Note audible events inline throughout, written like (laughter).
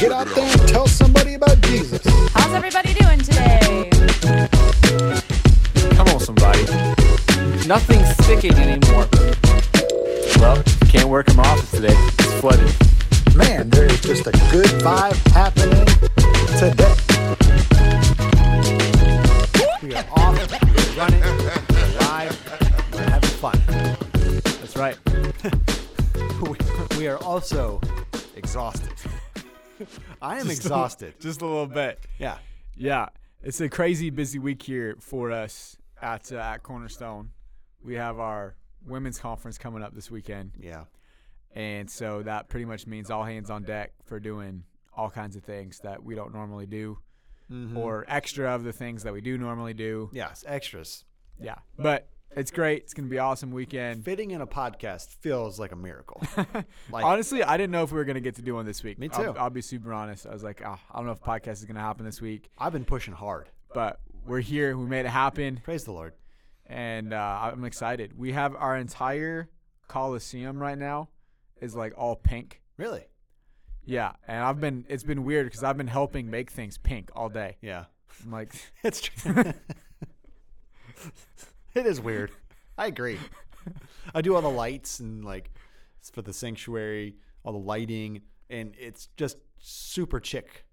Get out there and tell somebody about Jesus. How's everybody doing today? Come on, somebody. Nothing's sticking anymore. Well, can't work in my office today. It's flooded. Man, there is just a good vibe happening today. We are off, we're running, we're live, we're having fun. That's right. we, (laughs) we are also exhausted. (laughs) I am exhausted. Just a little bit. yeah. Yeah, it's a crazy busy week here for us at uh, at Cornerstone. We have our women's conference coming up this weekend, Yeah. and so that pretty much means all hands on deck for doing all kinds of things that we don't normally do, Mm-hmm. or extra of the things that we do normally do. Yes. Extras. Yeah, but it's great. It's gonna be an awesome (laughs) weekend. Fitting in a podcast feels like a miracle. like, Honestly, I didn't know if we were gonna get to do one this week. Me I'll, too. I'll be super honest. I was like, "Ah, I don't know if podcast is gonna happen this week, I've been pushing hard. but we're here. We made it happen. Praise the Lord. and uh, I'm excited. We have our entire Coliseum right now is like all pink. Really? Yeah, and I've been it's been weird because I've been helping make things pink all day. Yeah. (laughs) I'm like, (laughs) It's true. (laughs) it is weird. I agree. I do all the lights and like it's for the sanctuary, all the lighting, and it's just super chick.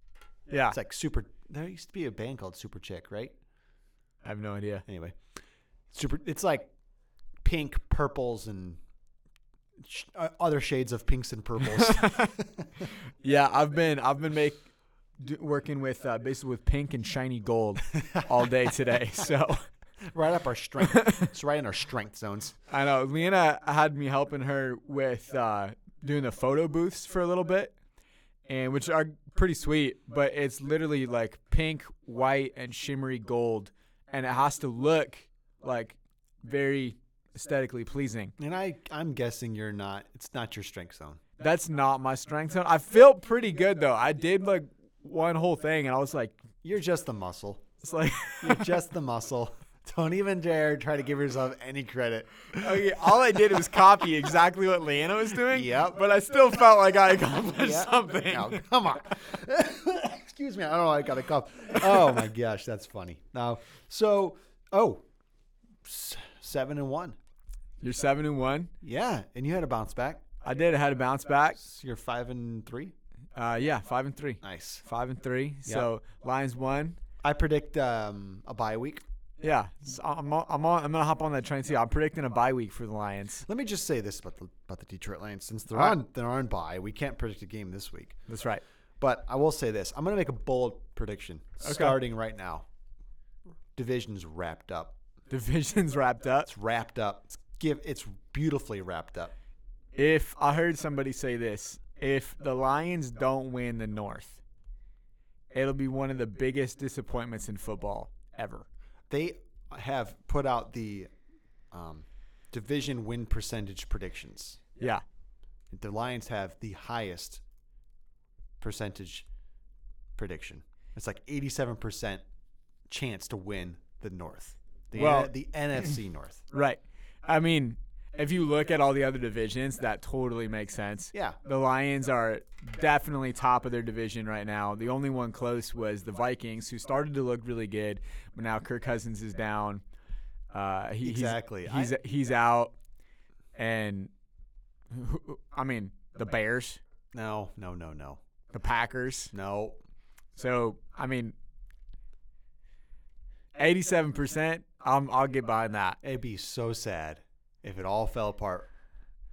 yeah, It's like super. There used to be a band called Super Chick, right? I have no idea. anyway, super. It's like pink, purples, and sh- uh, other shades of pinks and purples. Yeah, I've been I've been make d- working with uh, basically with pink and shiny gold all day today. (laughs) So right up our strength. It's right in our strength zones. I know Leanna had me helping her with uh, doing the photo booths for a little bit, and which are pretty sweet. But it's literally like pink, white, and shimmery gold, and it has to look like very aesthetically pleasing. And I, I'm guessing you're not. It's not your strength zone. That's not my strength zone. I felt pretty good though. I did like one whole thing, and I was like, You're just the muscle. it's like. You're just the muscle. (laughs) Don't even dare try to give yourself any credit. (laughs) Okay, all I did was copy exactly what Leanna was doing. Yep. But I still felt like I accomplished Yeah. something. (laughs) No, come on. (laughs) Excuse me. I don't know. why I got a cough. Oh my gosh, that's funny. Now, so oh, s- seven and one. You're seven and one. Yeah, and you had a bounce back. I did. I had a bounce back. So you're five and three. Uh, yeah, five and three. Nice. Five and three. So Lions won. I predict um, a bye week. Yeah, so I'm on, I'm on, I'm gonna hop on that train too. I'm predicting a bye week for the Lions. Let me just say this about the about the Detroit Lions. Since they're All right. on they're on bye, we can't predict a game this week. That's right. But I will say this: I'm going to make a bold prediction starting right now. Division's wrapped up. Division's wrapped up. It's wrapped up. It's give. It's beautifully wrapped up. If I heard somebody say this, if the Lions don't win the North, it'll be one of the biggest disappointments in football ever. They have put out the um, division win percentage predictions. Yeah, The Lions have the highest percentage prediction. It's like 87% chance to win the North. The, Well- the NFC (clears throat) North. right. I mean, if you look at all the other divisions, that totally makes sense. Yeah. The Lions are definitely top of their division right now. The only one close was the Vikings, who started to look really good, but now Kirk Cousins is down. Uh, he, he's- Exactly. He's, he's out, and who- who- I mean the Bears, No, no, no, no. the Packers. No. So I mean, eighty-seven percent. I'm I'll get behind that. It'd be so sad if it all fell apart.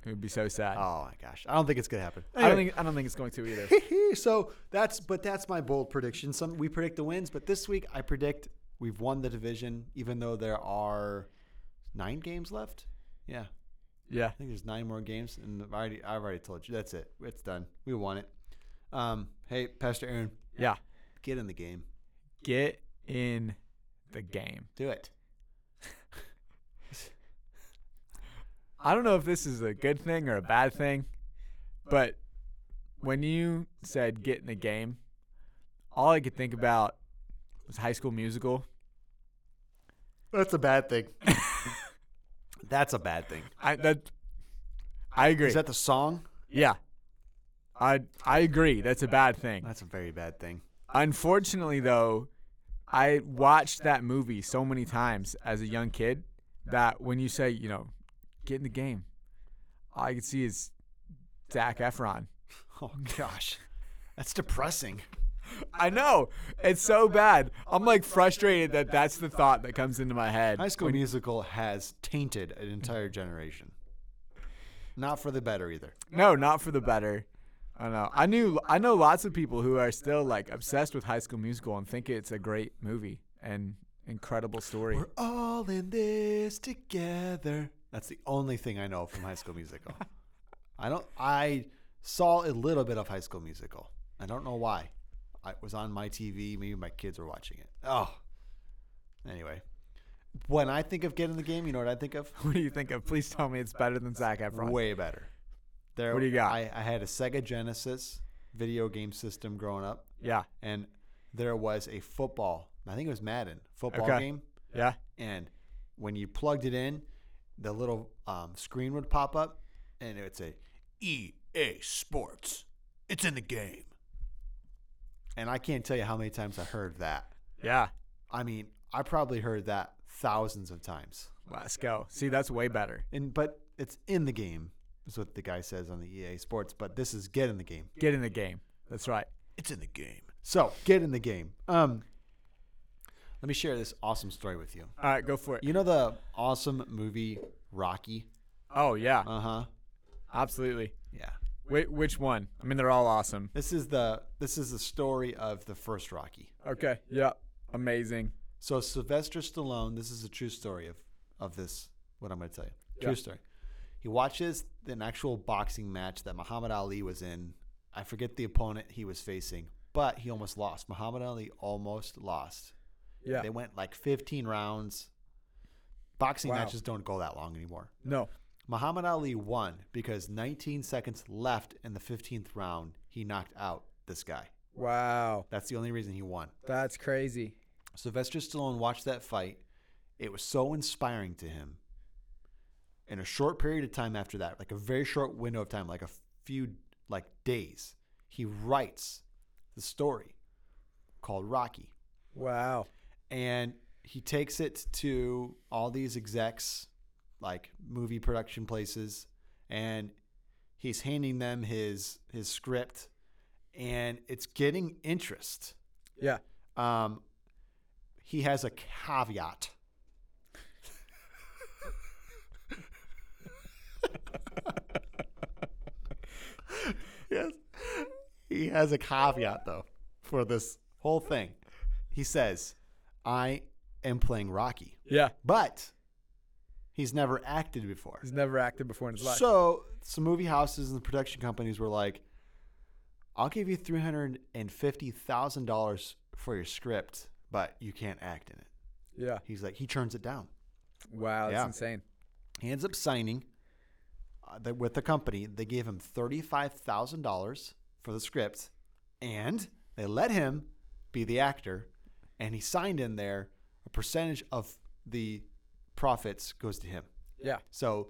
It would be so sad. Oh my gosh. I don't think it's going to happen. I don't think I don't think it's going to (laughs) either. Anyway, so that's but that's my bold prediction. Some we predict the wins, but this week I predict we've won the division even though there are 9 games left. Yeah. yeah. I think there's nine more games, and I've already, I've already told you that's it. It's done. We won it. Um, hey, Pastor Aaron, Yeah. get in the game. Get in the game. Do it. I don't know if this is a good thing or a bad thing, but when you said get in the game, all I could think about was High School Musical. That's a bad thing. (laughs) that's a bad thing. I that I agree. Is that the song? yeah, I I agree. That's a bad thing. That's a very bad thing. Unfortunately, though, I watched that movie so many times as a young kid that when you say, you know, get in the game, all I could see is Zach Efron. Oh (laughs) gosh, that's depressing. I know. It's so bad. I'm like frustrated that that's the thought that comes into my head. High School Musical has tainted an entire generation. Not for the better either. No, not for the better. I don't know. I knew. I know lots of people who are still like obsessed with High School Musical and think it's a great movie and incredible story. We're all in this together. That's the only thing I know from High School (laughs) Musical. I don't. I saw a little bit of High School Musical. I don't know why. I it was on my TV. Maybe my kids were watching it. Oh. Anyway, when I think of getting the game, you know what I think of? (laughs) What do you think of? Please tell me it's better than Zac Efron. Way better. There. What do you got? I, I had a Sega Genesis video game system growing up, Yeah. and there was a football. I think it was Madden football Okay. game. Yeah. and when you plugged it in, the little um, screen would pop up, and it would say EA E Sports. It's in the game. And I can't tell you how many times I heard that. Yeah. I mean, I probably heard that thousands of times. Let's go. See, that's way better. And but it's in the game is what the guy says on the EA Sports. But this is get in the game. Get in the game. That's right. It's in the game. So get in the game. Um, let me share this awesome story with you. All right, go for it. You know the awesome movie Rocky? Oh yeah, Uh huh. absolutely. Yeah. Wait, which one? I mean, they're all awesome. This is the this is the story of the first Rocky. Okay. Yeah. Amazing. So Sylvester Stallone, this is a true story of of this what I'm going to tell you. True Yeah. story. He watches an actual boxing match that Muhammad Ali was in. I forget the opponent he was facing, but he almost lost. Muhammad Ali almost lost. Yeah. They went like 15 rounds. Boxing Wow. matches don't go that long anymore. No. Muhammad Ali won because 19 seconds left in the 15th round, he knocked out this guy. Wow. That's the only reason he won. That's crazy. Sylvester Stallone watched that fight. It was so inspiring to him. In a short period of time after that, like a very short window of time, like a few like days, he writes the story called Rocky. Wow. And he takes it to all these execs, like movie production places, and he's handing them his his script and it's getting interest. Yeah. Um, he has a caveat. yes. He has a caveat, though, for this whole thing. He says, I am playing Rocky, Yeah. but he's never acted before. He's never acted before in his life. So some movie houses and production companies were like, "I'll give you three hundred and fifty thousand dollars for your script, but you can't act in it." yeah. He's like, he turns it down. Wow. That's Yeah. insane. He ends up signing uh, the, with the company. They gave him thirty-five thousand dollars for the script, and they let him be the actor. And he signed in there a percentage of the profits goes to him. Yeah. So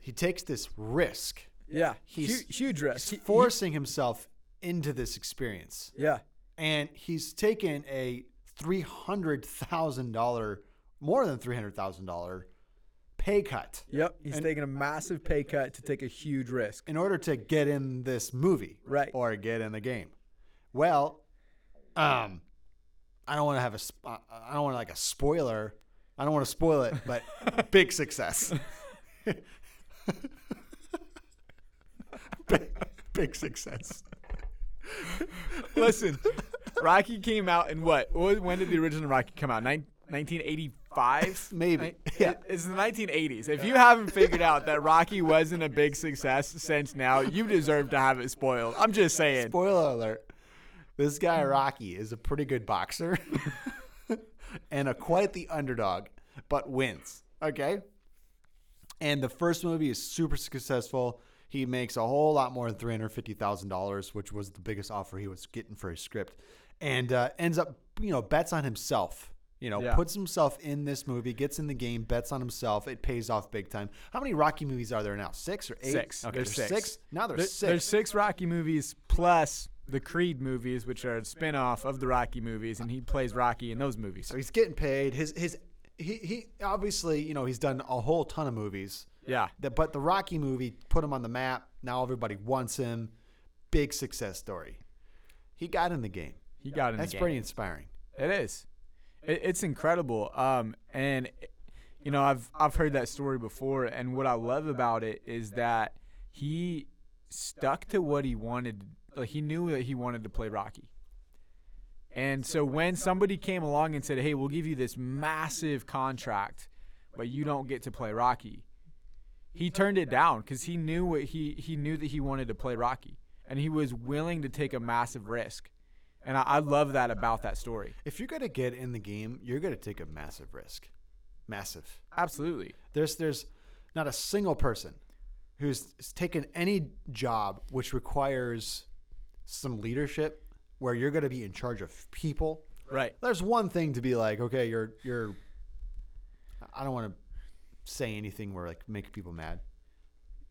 he takes this risk. Yeah. He's- Hu- huge risk. He's He- he- forcing himself into this experience. yeah. And he's taken a $300,000, more than $300,000 pay cut Yep. He's And- taking a massive pay cut to take a huge risk. in order to get in this movie Right. or get in the game. Well, um, I don't want to have a, sp- I I don't want like a spoiler. I don't want to spoil it, but (laughs) big success. (laughs) big, big success. (laughs) Listen, Rocky came out in what? Wh- When did the original Rocky come out? Nin- 1985? (laughs) Maybe. Ni- Yeah. It's the 1980s. If you haven't figured out that Rocky wasn't a big success since now, you deserve to have it spoiled. I'm just saying. Spoiler alert. This guy Rocky is a pretty good boxer (laughs) and a quite the underdog, but wins. Okay? And the first movie is super successful. He makes a whole lot more than three hundred fifty thousand dollars, which was the biggest offer he was getting for his script, and uh, ends up, you know, bets on himself You know, Yeah. puts himself in this movie, gets in the game, bets on himself. It pays off big time. How many Rocky movies are there now? Six or eight? Six. Okay, There's there's six. Now there's There- six. There's six Rocky movies plus the Creed movies, which are a spin off of the Rocky movies, and he plays Rocky in those movies. So he's getting paid. His his he he obviously you know he's done a whole ton of movies. Yeah. That but the Rocky movie put him on the map. Now everybody wants him. Big success story. He got in the game. He got in That's the game. pretty inspiring. It is. It, it's incredible. Um, and you know, I've I've heard that story before, and what I love about it is that he stuck to what he wanted. Like he knew that he wanted to play Rocky. And so when somebody came along and said, "Hey, we'll give you this massive contract, but you don't get to play Rocky," he turned it down because he knew what he he knew that he wanted to play Rocky, and he was willing to take a massive risk. And I, I love that about that story. If you're gonna get in the game, you're gonna take a massive risk. Massive. Absolutely. There's there's not a single person who's taken any job which requires some leadership where you're gonna be in charge of people Right. there's one thing to be like, okay, you're you're. I don't want to say anything where like make people mad,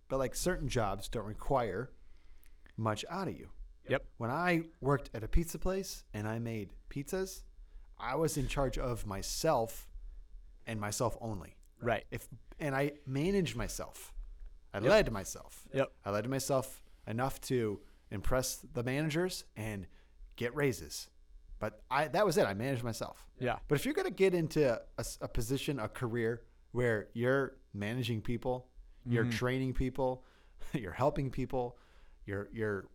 but like certain jobs don't require much out of you. Yep. When I worked at a pizza place and I made pizzas, I was in charge of myself and myself only. Right. If and I managed myself, I led myself. Yep. I led myself enough to impress the managers and get raises. But I that was it. I managed myself. Yeah. But if you're going to get into a, s- a position, a career where you're managing people, you're training people, (laughs) you're helping people, you're you're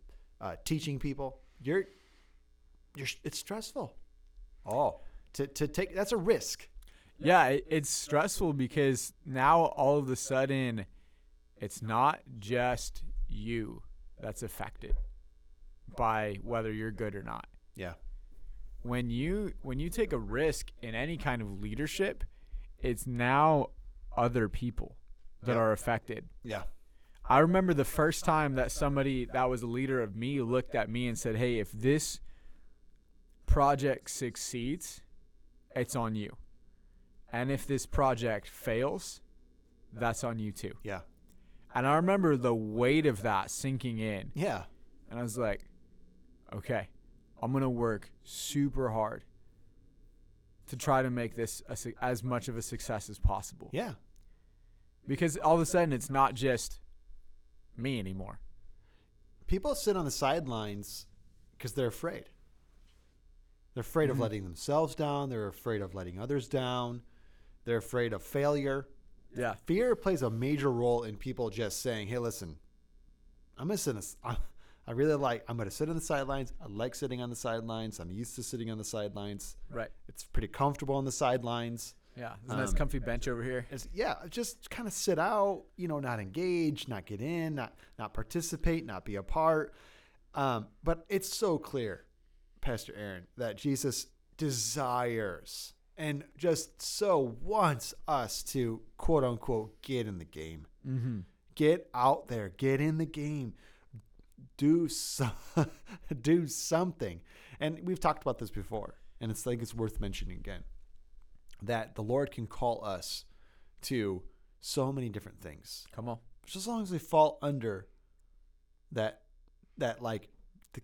uh, teaching people, you're you're it's stressful. Oh, to to take that's a risk. Yeah, it, it's stressful because now all of a sudden it's not just you that's affected by whether you're good or not. Yeah. When you when you take a risk in any kind of leadership, it's now other people that Yep. are affected. Yeah. I remember the first time that somebody that was a leader of me looked at me and said, "Hey, if this project succeeds, it's on you. And if this project fails, that's on you too." Yeah. And I remember the weight of that sinking in, Yeah. and I was like, "Okay, I'm going to work super hard to try to make this a, su- as much of a success as possible." Yeah. Because all of a sudden it's not just me anymore. people sit on the sidelines because they're afraid. They're afraid of letting themselves down. They're afraid of letting others down. They're afraid of failure. Yeah. Fear plays a major role in people just saying, "Hey, listen, I'm gonna sit. in this- I'm- I really like. I'm gonna sit on the sidelines. I like sitting on the sidelines. I'm used to sitting on the sidelines. Right. It's pretty comfortable on the sidelines. Yeah, there's a nice Um, comfy bench over here. It's, yeah, just kind of sit out, you know, not engage, not get in, not not participate, not be a part. Um, but it's so clear, Pastor Aaron, that Jesus desires and just so wants us to quote unquote get in the game, mm-hmm. get out there, get in the game, do so, (laughs) do something. And we've talked about this before, and it's like it's worth mentioning again that the Lord can call us to so many different things. Come on. Just as long as we fall under that that like the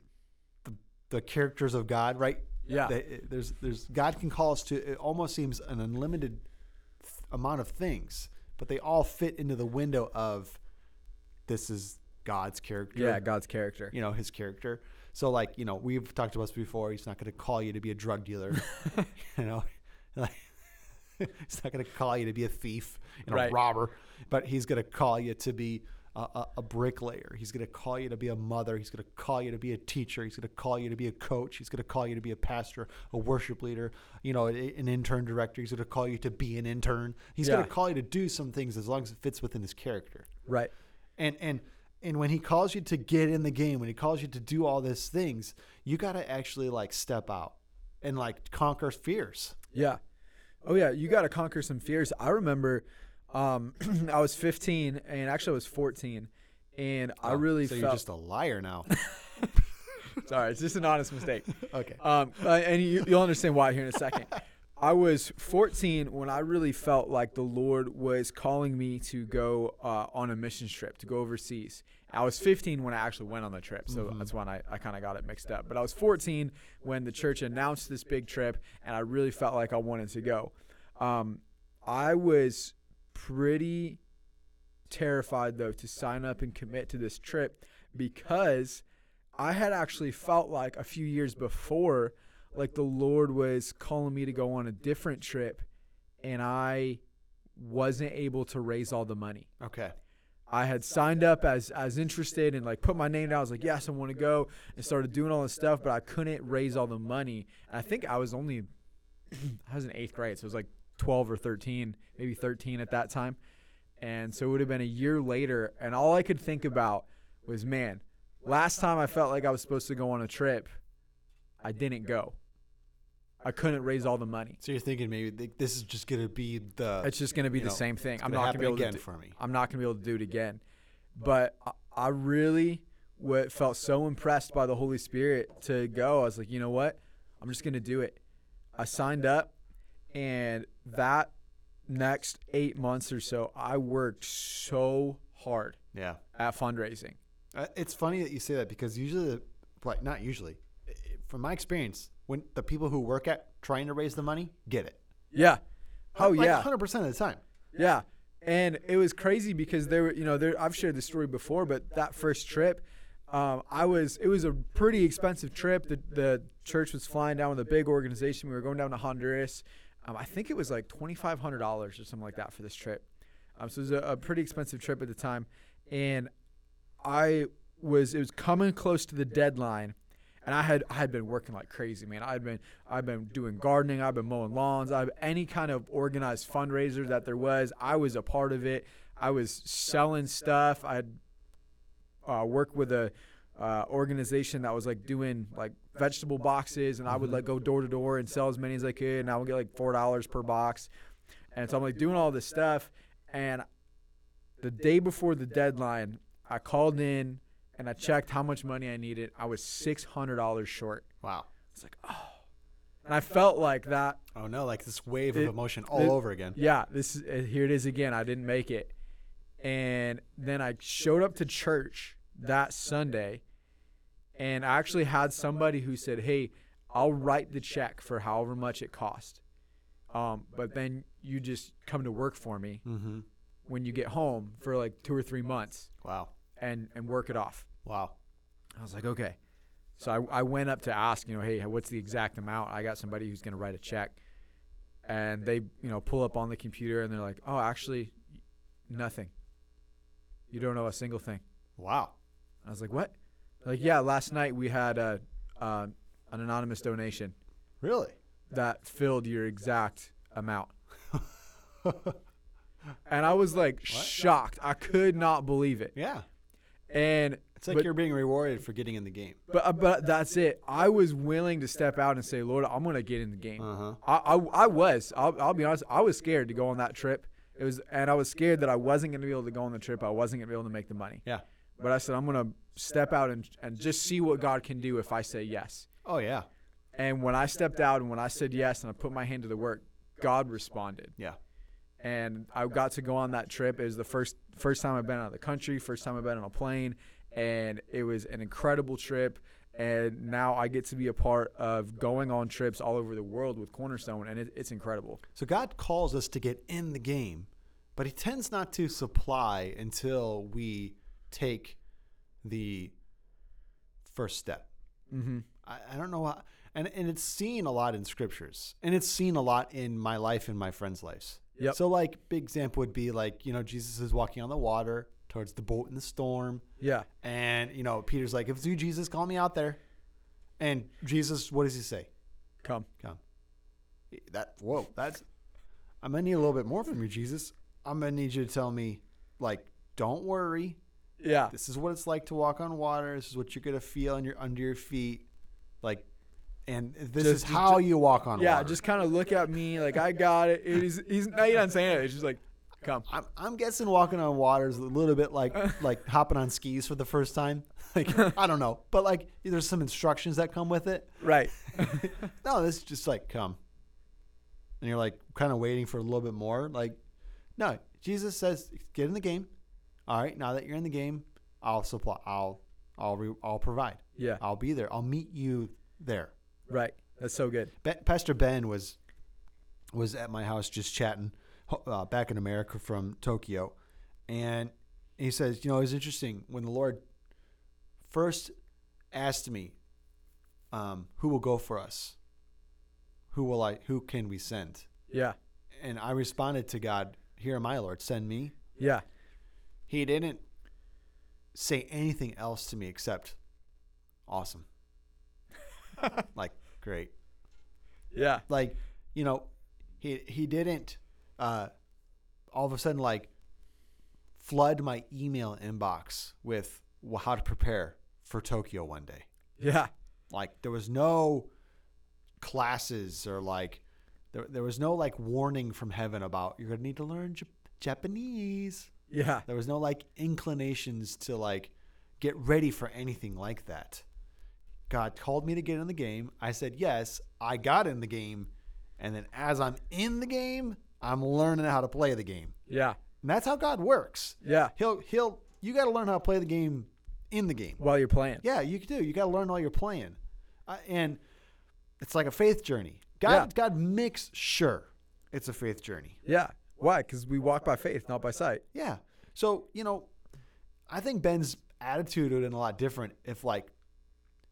the, the characters of God, right? Yeah. That- eh, there's there's God can call us to it almost seems an unlimited th- amount of things, but they all fit into the window of this is God's character God's character. you know his character so like you know we've talked about this before he's not going to call you to be a drug (laughs) dealer (laughs) you know like (laughs) he's not going to call you to be a thief and Right. a robber but he's going to call you to be a, a, a bricklayer he's going to call you to be a mother he's going to call you to be a teacher he's going to call you to be a coach he's going to call you to be a pastor a worship leader you know a- an intern director he's going to call you to be an intern he's going Yeah. to call you to do some things as long as it fits within his character Right. and and and when he calls you to get in the game when he calls you to do all these things you got to actually like step out and like conquer fears Yeah. Oh yeah, you got to conquer some fears. I remember um (clears throat) I was 15 and actually I was 14 and I really so you're felt just a liar (laughs) now sorry, it's just an honest mistake. okay Um uh, and you, you'll understand why here in a second. I was 14 when I really felt like the Lord was calling me to go uh, on a mission trip, to go overseas. I was 15 when I actually went on the trip, so that's when I, I kind of got it mixed up. But I was 14 when the church announced this big trip, and I really felt like I wanted to go. Um, I was pretty terrified though to sign up and commit to this trip because I had actually felt like a few years before like the Lord was calling me to go on a different trip and I wasn't able to raise all the money. Okay. I had signed up as as interested and like put my name down. I was like, yes, I want to go, and started doing all this stuff, but I couldn't raise all the money. And I think I was only (clears throat) I was in eighth grade, so it was like twelve or thirteen, maybe thirteen at that time. And so it would have been a year later, and all I could think about was, man, last time I felt like I was supposed to go on a trip, I didn't go. I couldn't raise all the money. So you're thinking maybe th- this is just gonna be the. It's just going to be you the know, same thing. it's I'm gonna not going to be able happen again to do, for me. I'm not going to be able to do it again. But I, I really wa felt so impressed by the Holy Spirit to go. I was like, you know what? I'm just going to do it. I signed up, and that next eight months or so, I worked so hard Yeah. at fundraising. Uh, it's funny that you say that because usually, the, like not usually, i- i- from my experience, when the people who work at trying to raise the money get it. Yeah. Oh Like yeah. 100% of the time. Yeah. And it was crazy because there were, you know, there I've shared this story before, but that first trip, um, I was it was a pretty expensive trip. The the church was flying down with a big organization. We were going down to Honduras. Um, I think it was like twenty five hundred dollars or something like that for this trip. Um, so it was a, a pretty expensive trip at the time, and I was it was coming close to the deadline, and I had I had been working like crazy, man. I'd been I've been doing gardening, I've been mowing lawns, I've any kind of organized fundraiser that there was, I was a part of it. I was selling stuff. I had uh, worked with a uh, organization that was like doing like vegetable boxes, and I would like go door to door and sell as many as I could, and I would get like four dollars per box. And so I'm like doing all this stuff, and the day before the deadline, I called in and I checked how much money I needed. I was six hundred dollars short, Wow. and I felt like that. Oh no! Like this wave It- of emotion all it- over again. Yeah, this is, uh, here it is again. I didn't make it, and then I showed up to church that Sunday, and I actually had somebody who said, "Hey, I'll write the check for however much it cost, um, but then you just come to work for me Mm-hmm. when you get home for like two or three months Wow. and and work it off." Wow. I was like, okay. So I, I went up to ask, you know, hey, what's the exact amount? I got somebody who's going to write a check. And they, you know, pull up on the computer and they're like, oh, actually, nothing. You don't know a single thing. Wow. I was like, what? They're Like, yeah, last night we had a, uh, an anonymous donation Really? that filled your exact (laughs) amount. and I was like shocked. I could not believe it. Yeah. And It's like but- you're being rewarded for getting in the game. But uh, but that's it. I was willing to step out and say, Lord, I'm gonna get in the game. Uh-huh. I, I I was. I'll, I'll be honest. I was scared to go on that trip. It was, and I was scared that I wasn't gonna be able to go on the trip. I wasn't gonna be able to make the money. Yeah. But I said, I'm gonna step out and and just see what God can do if I say yes. Oh yeah. And when I stepped out and when I said yes and I put my hand to the work, God responded. Yeah. And I got to go on that trip. It was the first first time I've been out of the country, first time I've been on a plane, and it was an incredible trip. And now I get to be a part of going on trips all over the world with Cornerstone, and it, it's incredible. So God calls us to get in the game, but He tends not to supply until we take the first step. Mm-hmm. I, I don't know how, and and it's seen a lot in scriptures, and it's seen a lot in my life and my friends' lives. Yep. So like, big example would be like you know Jesus is walking on the water towards the boat in the storm. Yeah, And you know, Peter's like, "If it's you, Jesus, call me out there." And Jesus, what does he say? come. Come. That whoa, that's. I'm gonna need a little bit more from you, Jesus. I'm gonna need you to tell me, like, don't worry. Yeah, This is what it's like to walk on water. This is what you're gonna feel on your under your feet, like, and this Just- is just- how you walk on yeah. water. Just kind of look at me like I got it. it is, he's no, he's not saying it. It's just like, come. I'm, I'm guessing walking on water is a little bit (laughs) like like hopping on skis for the first time. (laughs) Like I don't know, but like there's some instructions that come with it. (laughs) Right. no, this is just like come. and you're like kind of waiting for a little bit more. Like, no, Jesus says, get in the game. All right, now that you're in the game, I'll supply. I'll I'll re- I'll provide. Yeah. I'll be there. I'll meet you there. (laughs) Right. That's so good. Be- Pastor Ben was was at my house just chatting ho- uh, back in America from Tokyo, and he says, you know, it's interesting when the Lord first asked me, um, "Who will go for us? Who will I? Who can we send?" Yeah. And I responded to God, "Here am I, Lord, send me." Yeah. He didn't say anything else to me except, "Awesome." like, great. Yeah. like you know he he didn't uh all of a sudden like flood my email inbox with wh- how to prepare for Tokyo one day Yeah. like there was no classes or like there, there was no like warning from heaven about you're going to need to learn Jap- Japanese Yeah. there was no like inclinations to like get ready for anything like that. God called me to get in the game. I said yes. I got in the game, and then as I'm in the game, I'm learning how to play the game. Yeah. And that's how God works. Yeah. He'll he'll you got to learn how to play the game in the game. While you're playing. Yeah, you do. You got to learn while you're playing, uh, and it's like a faith journey. God Yeah. God makes sure it's a faith journey. Yeah. Why? Because we walk by faith, not by sight. Yeah. So, you know, I think Ben's attitude would have been a lot different if, like,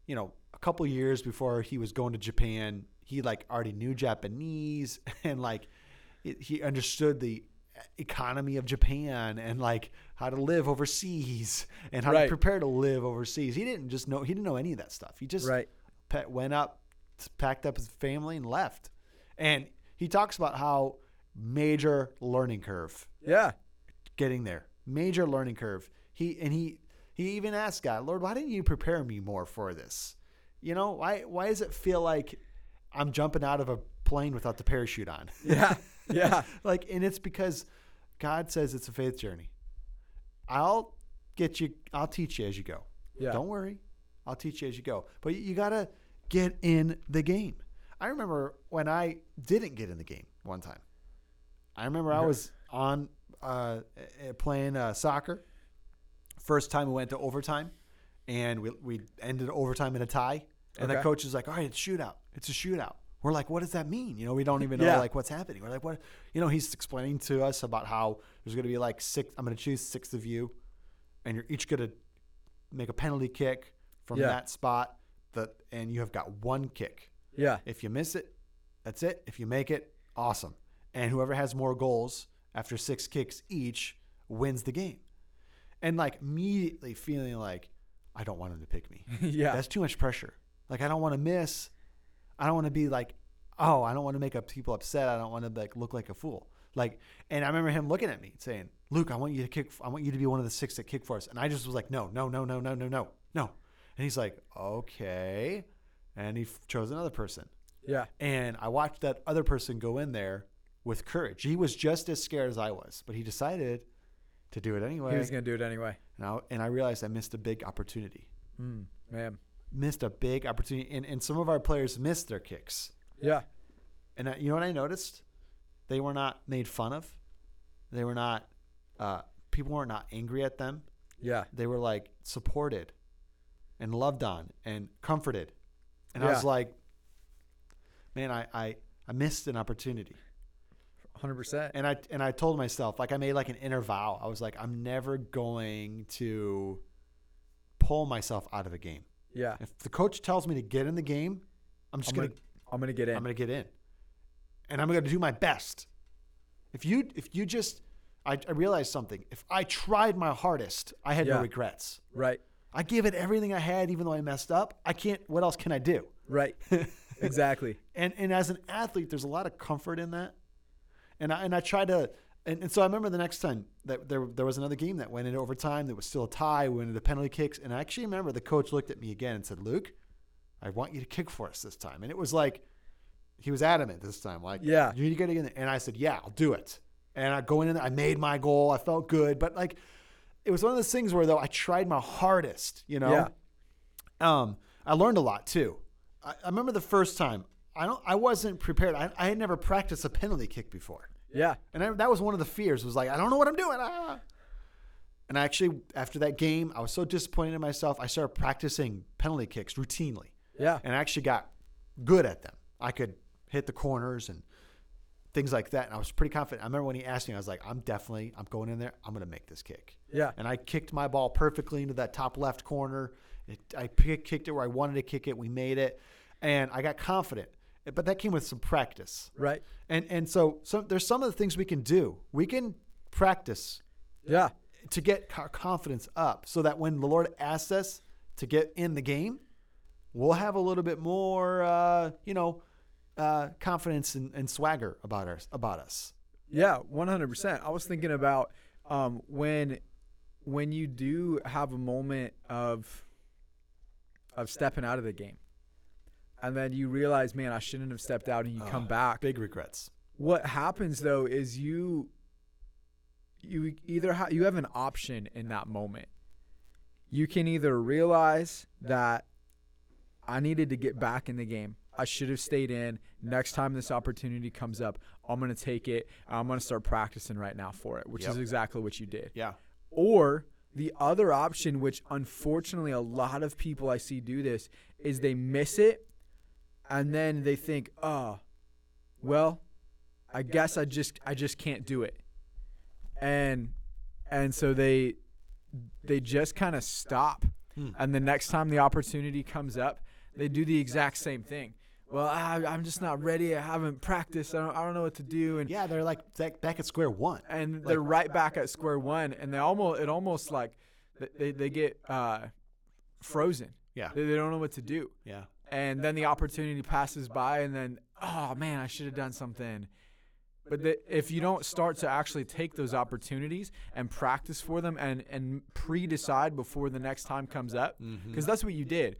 you know, a couple years before he was going to Japan, he, like, already knew Japanese (laughs) and, like, it, he understood the economy of Japan and, like, how to live overseas and how Right. to prepare to live overseas. He didn't just know, he didn't know any of that stuff. He just Right. pa- went up, packed up his family and left. And he talks about how major learning curve Yeah. getting there. Major learning curve. He and he he even asked God, Lord, why didn't you prepare me more for this? You know, why why does it feel like I'm jumping out of a plane without the parachute on? (laughs) Yeah. Yeah. like and it's because God says it's a faith journey. I'll get you I'll teach you as you go. Yeah. Don't worry. I'll teach you as you go. But you got to get in the game. I remember when I didn't get in the game one time. I remember I was on uh, eh, playing uh, soccer. First time we went to overtime, and we we ended overtime in a tie. And Okay. the coach was like, "All right, it's shootout. It's a shootout." We're like, "What does that mean?" You know, we don't even know Yeah. like what's happening. We're like, "What?" You know, he's explaining to us about how there's going to be like six. I'm going to choose six of you, and you're each going to make a penalty kick from Yeah. that spot. That and you have got one kick. Yeah. If you miss it, that's it. If you make it, awesome. And whoever has more goals after six kicks each wins the game. And like immediately feeling like, I don't want him to pick me. Yeah. That's too much pressure. Like I don't want to miss. I don't want to be like, oh, I don't want to make up people upset. I don't want to like look like a fool. Like, and I remember him looking at me and saying, "Luke, I want you to kick. I want you to be one of the six that kick for us." And I just was like, "No, no, no, no, no, no, no, no." And he's like, "Okay," and he f- chose another person. Yeah. And I watched that other person go in there with courage. He was just as scared as I was, but he decided to do it anyway. He was gonna do it anyway. and, I, and I realized I missed a big opportunity Mm, man. missed a big opportunity, and, and some of our players missed their kicks. Yeah. And I, you know what I noticed? They were not made fun of. They were not. Uh, people were not angry at them. Yeah. They were like supported, and loved on, and comforted. And I was Yeah. like, man, I, I I missed an opportunity. Hundred percent. And I and I told myself like I made like an inner vow. I was like, I'm never going to pull myself out of a game. Yeah. If the coach tells me to get in the game, I'm just I'm gonna, gonna, I'm gonna get in. I'm gonna get in, and I'm gonna do my best. If you if you just, I, I realized something. If I tried my hardest, I had Yeah. no regrets. right. I gave it everything I had, even though I messed up. I can't. What else can I do? (laughs) Right. exactly. And and as an athlete, there's a lot of comfort in that. And I and I try to and, and so I remember the next time that there there was another game that went into overtime that was still a tie, we went into penalty kicks, and I actually remember the coach looked at me again and said, Luke, I want you to kick for us this time. And it was like he was adamant this time, like, Yeah. you need to get in there. And I said, Yeah, I'll do it. And I go in there, I made my goal, I felt good, but like it was one of those things where though I tried my hardest, you know. Yeah. Um, I learned a lot too. I, I remember the first time I don't. I wasn't prepared. I, I had never practiced a penalty kick before, Yeah. and I, that was one of the fears. Was like, I don't know what I'm doing. Ah. And I actually, after that game, I was so disappointed in myself. I started practicing penalty kicks routinely, Yeah. and I actually got good at them. I could hit the corners and things like that. And I was pretty confident. I remember when he asked me, I was like, I'm definitely, I'm going in there. I'm going to make this kick. Yeah. And I kicked my ball perfectly into that top left corner. It, I pick, kicked it where I wanted to kick it. We made it, and I got confident. But that came with some practice, Right. and and so so there's some of the things we can do. We can practice Yeah. to get our confidence up, so that when the Lord asks us to get in the game, we'll have a little bit more, uh, you know, uh, confidence and, and swagger about us about us. Yeah, one hundred percent. I was thinking about um, when when you do have a moment of of stepping out of the game, and then you realize, man, I shouldn't have stepped out, and you Ah, come back. Big regrets. What happens though is you you either ha- you have an option in that moment. You can either realize that I needed to get back in the game. I should have stayed in. Next time this opportunity comes up, I'm going to take it. I'm going to start practicing right now for it, which Yep. is exactly what you did. Yeah. Or the other option, which unfortunately a lot of people I see do this, is they miss it and then they think, oh, well, I guess I just I just can't do it. And and so they they just kind of stop. And the next time the opportunity comes up, they do the exact same thing. Well, I, I'm just not ready. I haven't practiced. I don't, I don't know what to do. And Yeah, they're like back back at square one. and they're right back at square one, and they almost it almost like th- they they get uh, frozen. Yeah. they, they don't know what to do. Yeah. and then the opportunity passes by, and then oh man, I should have done something. But the, if you don't start to actually take those opportunities and practice for them and and pre-decide before the next time comes up, because Mm-hmm. that's what you did.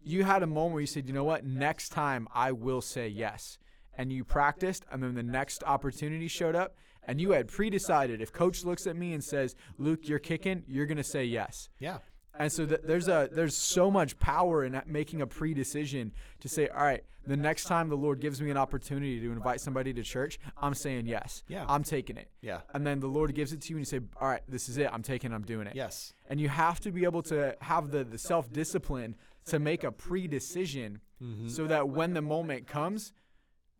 You had a moment where you said, "You know what? Next time I will say yes." And you practiced, and then the next opportunity showed up, and you had pre-decided. If coach looks at me and says, "Luke, you're kicking," you're gonna say yes. Yeah. And so th- there's a there's so much power in that- making a pre-decision to say, all right, the next time the Lord gives me an opportunity to invite somebody to church, I'm saying yes. Yeah. I'm taking it. Yeah. And then the Lord gives it to you, and you say, all right, this is it. I'm taking. it. I'm doing it. Yes. And you have to be able to have the the self discipline to make a pre-decision, so that when the moment comes,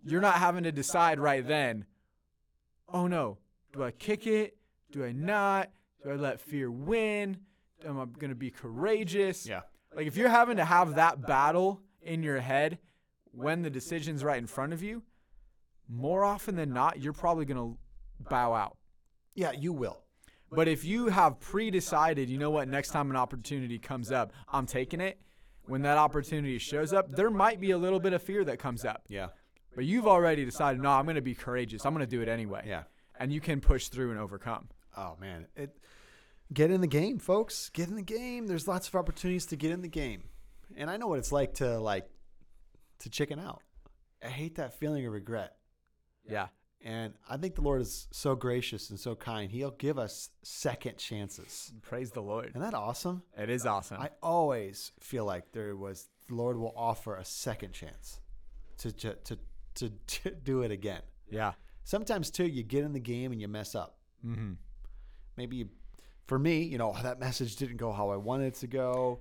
you're not having to decide right then. Oh no, do I kick it? Do I not? Do I let fear win? Am I going to be courageous? Yeah. Like if you're having to have that battle in your head when the decision's right in front of you, more often than not, you're probably going to bow out. Yeah, you will. But if you have pre decided, you know what, next time an opportunity comes up, I'm taking it. When that opportunity shows up, there might be a little bit of fear that comes up. Yeah. But you've already decided, no, I'm going to be courageous. I'm going to do it anyway. Yeah. And you can push through and overcome. Oh man, it get in the game, folks. Get in the game. There's lots of opportunities to get in the game, and I know what it's like to like to chicken out. I hate that feeling of regret, Yeah. and I think the Lord is so gracious and so kind. He'll give us second chances. Praise the Lord. Isn't that awesome? It is awesome. I always feel like there was the Lord will offer a second chance to to to, to, (laughs) to do it again. yeah. Sometimes too, you get in the game and you mess up. Mm-hmm. Maybe you, for me, you know (laughs) that message didn't go how I wanted it to go.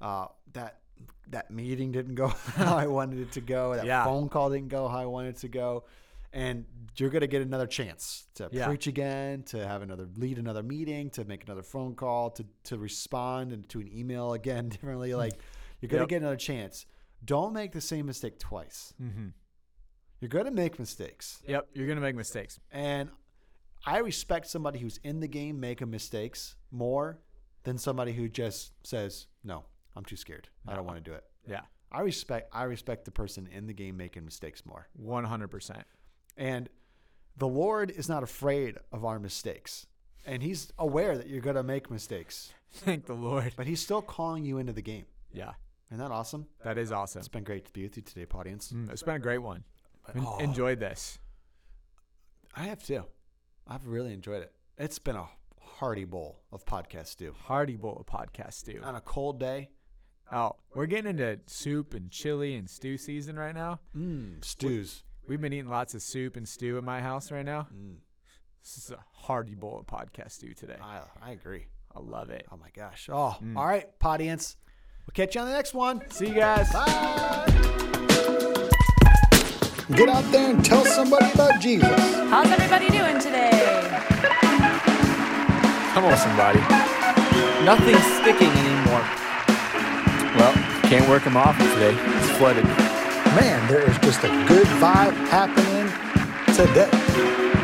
Uh, that that meeting didn't go (laughs) how I wanted it to go. That Yeah. phone call didn't go how I wanted it to go. And you're gonna get another chance to Yeah. preach again, to have another lead another meeting, to make another phone call, to to respond and to an email again (laughs) differently. Like you're gonna Mm. Yep. get another chance. Don't make the same mistake twice. Mm-hmm. You're gonna make mistakes. Yep. You're going to make mistakes. And I respect somebody who's in the game making mistakes more than somebody who just says, "No, I'm too scared. I don't want to do it." Yeah. I respect I respect the person in the game making mistakes more. 100%. And the Lord is not afraid of our mistakes. And he's aware that you're going to make mistakes, (laughs) Thank the Lord. but he's still calling you into the game. Yeah. Isn't that awesome? That is awesome. It's been great to be with you today, audience. Mm, it's been a great one. En- Oh. Enjoyed this. I have too. I've really enjoyed it. It's been a hearty bowl of podcast stew. Uh, Hardy Bowl podcast, Stu. On a cold day, Oh, we're getting into soup and chili and stew season right now. Mm, stews. We've been eating lots of soup and stew at my house right now. This is a hearty bowl of podcast stew today. Mm. I, I agree. I love it. Oh my gosh. Oh, all right, audience. We'll catch you on the next one. See you guys. Get out there and tell somebody about Jesus. How's everybody doing today? Come on, somebody. Nothing's sticking anymore. Well, can't work them off today. It's flooded. Man, there is just a good vibe happening today.